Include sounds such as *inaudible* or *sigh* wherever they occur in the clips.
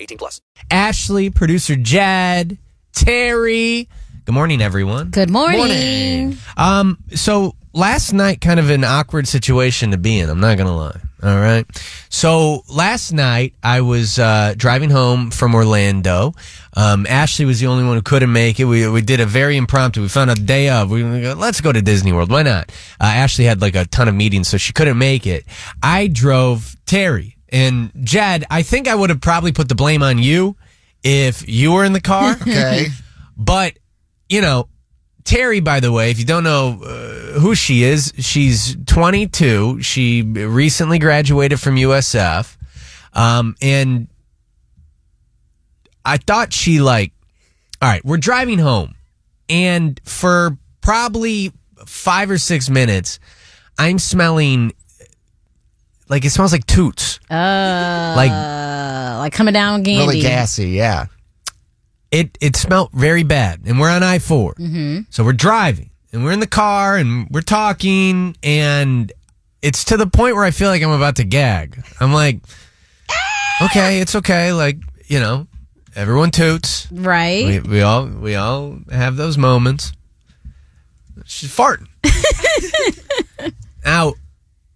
18 plus. Ashley, producer Jad, Terry. Good morning, everyone. Good morning. Um, so last night, kind of an awkward situation to be in. I'm not gonna lie. All right. So last night, I was uh, driving home from Orlando. Um, Ashley was the only one who couldn't make it. We we did a very impromptu. We found out the day of. We we go, let's go to Disney World. Why not? Uh, Ashley had like a ton of meetings, so she couldn't make it. I drove Terry and Jed. I think I would have probably put the blame on you if you were in the car. Okay. But you know, Terry, by the way, if you don't know uh, who she is, she's 22. She recently graduated from USF, um, and I thought she like, all right, we're driving home, and for probably five or six minutes, I'm smelling like it smells like toots, Uh, like like coming down with candy. Really gassy, yeah. it it smelled very bad and we're on i4 mm-hmm. so we're driving and we're in the car and we're talking and it's to the point where i feel like i'm about to gag i'm like okay it's okay like you know everyone toots Right? we, we all we all have those moments she's farting now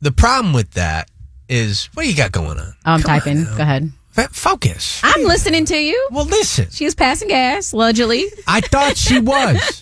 the problem with that is what do you got going on oh, I'm typing. Go ahead. F- focus I'm listening to you. well listen She was passing gas, allegedly. I thought she was.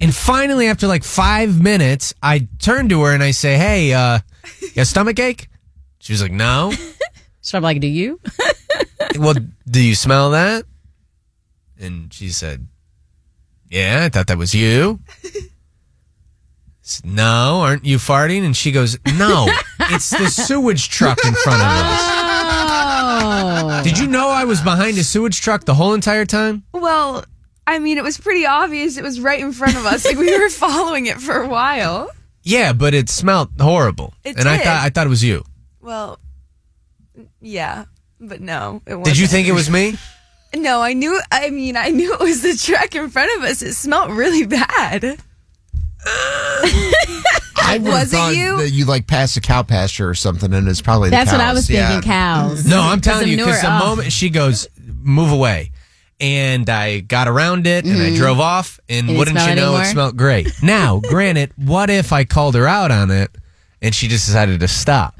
and finally, after like five minutes, I turned to her and I say, Hey, uh, you got a stomach ache? She was like, No. So I'm like, do you? well, do you smell that? And she said, Yeah, I thought that was you. I said, no, aren't you farting? And she goes, No, it's the sewage truck in front of us. Oh. Did you know I was behind a sewage truck the whole entire time? Well, I mean, it was pretty obvious. It was right in front of us. Like we *laughs* were following it for a while. Yeah, but it smelled horrible. It and I did. thought I thought it was you. Well, yeah, but no. It wasn't. Did you think it was me? No, I knew. I mean, I knew it was the truck in front of us. It smelled really bad. *laughs* I would Was it thought you? that you like passed a cow pasture or something, and it's probably the That's what I cows, was thinking, yeah. cows. No, I'm telling the you, because manure- the oh. moment she goes, move away. And I got around it and I Mm. drove off, and didn't wouldn't smell you know, it anymore? smelled great. *laughs* Now, granted, what if I called her out on it and she just decided to stop?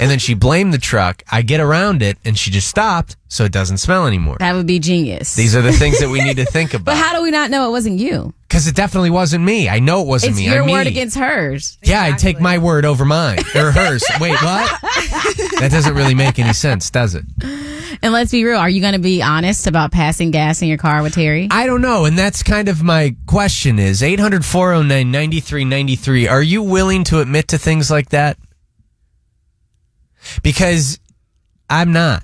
And then she blamed the truck. I get around it and she just stopped, so it doesn't smell anymore. That would be genius. These are the things *laughs* that we need to think but about. how do we not know it wasn't you? Because it definitely wasn't me. I know it wasn't It's me. your I mean, word against hers. Yeah, I take my word over mine or hers. Wait, what? *laughs* That doesn't really make any sense, does it? And let's be real. Are you going to be honest about passing gas in your car with Terry? I don't know, and that's kind of my question is 800-409-9393. Are you willing to admit to things like that? Because I'm *laughs* not.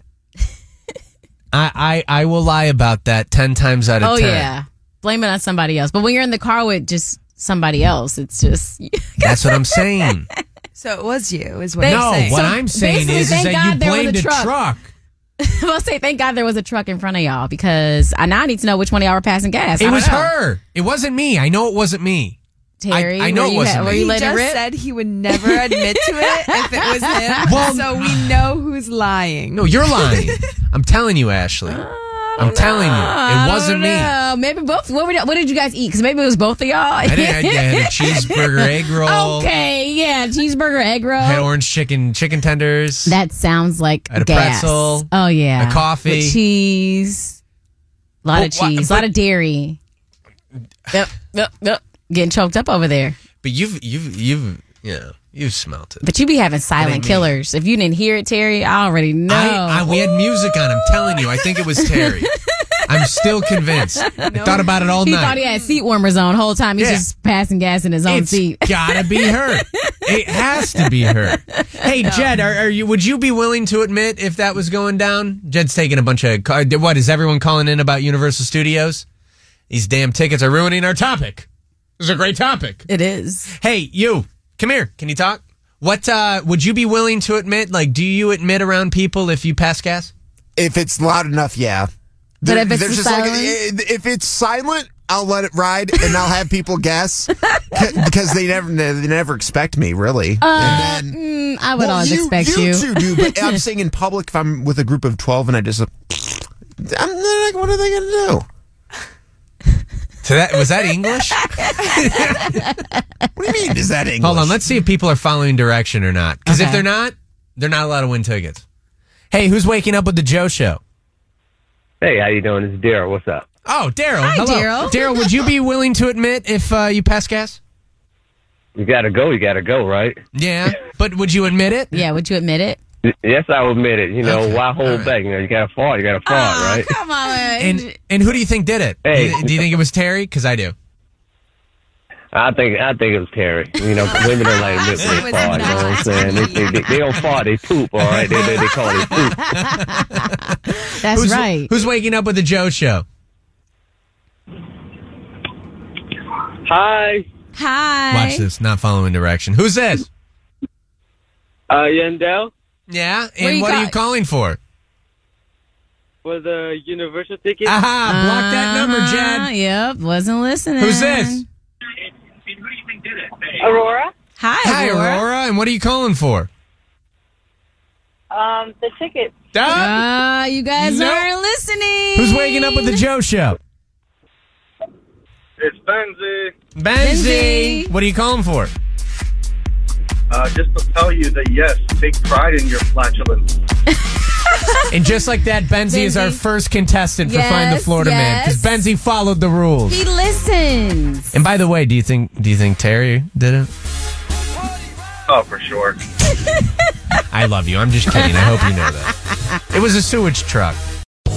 I, I I will lie about that 10 times out of oh, 10. yeah. Blame it on somebody else. But when you're in the car with just somebody else, it's just. *laughs* That's what I'm saying. So it was you, is what They- I'm no, saying. what So I'm saying basically, is, is thank that you God there was a blamed a truck. truck. I'll say, thank God there was a truck in front of y'all because I now need to know which one of y'all were passing gas. I It don't was know. her. It wasn't me. I know it wasn't me. Terry, I know were it you, wasn't were me. you he letting just rip? said he would never admit to it if it was him. *laughs* Well- so we know who's lying. No, *laughs* you're lying. I'm telling you, Ashley. I'm telling you. It wasn't me. Oh, No, maybe both. What, were, what did you guys eat? Because maybe it was both of y'all. I *laughs* didn't. I had a cheeseburger egg roll. okay, yeah, cheeseburger, egg roll. I had orange chicken, chicken tenders. that sounds like I had a gas. pretzel, oh yeah, a coffee. With cheese, a lot of But why- cheese, a lot of dairy. yep, yep, yep. Getting choked up over there. but you've you've you've you know you've smelt it. But you be having silent me. killers. If you didn't hear it, Terry, I already know. *laughs* I, I we had music on. I'm telling you. I think it was Terry. I'm still convinced. I thought about it all He night. thought he had seat warmers on whole time. He's Yeah. just passing gas in his own seat. *laughs* It's gotta be her. It has to be her. Hey, Jed, are, are you? Would you be willing to admit if that was going down? Jed's taking a bunch of. ca- uh, What is everyone calling in about Universal Studios? These damn tickets are ruining our topic. This is a great topic. It is. Hey, you, come here. Can you talk? What uh, would you be willing to admit? Like, do you admit around people if you pass gas? If it's loud enough, yeah. But There- if it's there's just like- eh, silent? if it's silent, I'll let it ride and I'll have people guess *laughs* c- because they never they never expect me really. and then, Mm, I would always you, expect you, you. too do, but *laughs* I'm saying in public if I'm with a group of twelve and I just. I'm they're like, what are they gonna do? To that was that *laughs* English? What do you mean? Is that English? Hold on, let's see if people are following direction or not. Because if Okay. they're not, they're not allowed to win tickets. Hey, who's waking up with the Joe Show? Hey, how you doing? It's Daryl. What's up? Oh, Daryl. Hi, Daryl. Daryl, would you be willing to admit if uh, you pass gas? You gotta go. You gotta go, right? Yeah, but would you admit it? Yeah, would you admit it? Y- Yes, I will admit it. You know, Okay. *laughs* why hold All right. back? You know, you gotta fall. You gotta fall, Oh. right? *laughs* Come on. And and who do you think did it? Hey. Do you- Do you think it was Terry? Because I do. I think I think it was Terry. You know, women are like admit It when was they fall. You know what I'm not saying? They, they, they, they don't fall. They poop. All right. They they, they call it poop. *laughs* That's who's, right. Who's waking up with the Joe Show? Hi, Hi. Watch this. Not following direction. Who's this? uh, Yandel Yeah, What do and you what are got? you calling for? for the Universal ticket. Aha! Block that number, Uh-huh, Jed. Yep, wasn't listening. Who's this? Aurora, Hi, Hi, Aurora. Aurora. And what are you calling for? um, the tickets. Duh. Uh, you guys Nope. aren't listening. Who's waking up with the Joe Show? It's Benzi. Benzie. Benzie. What are you calling for? Uh, just to tell you that yes, take pride in your flatulence. And just like that, Benzie is our Benzie. first contestant for Find the Yes, Florida Man because yes. Benzie followed the rules. He listens. And by the way, do you think do you think Terry did it? Oh, for sure. I love you. I'm just kidding. I hope you know that. It was a sewage truck.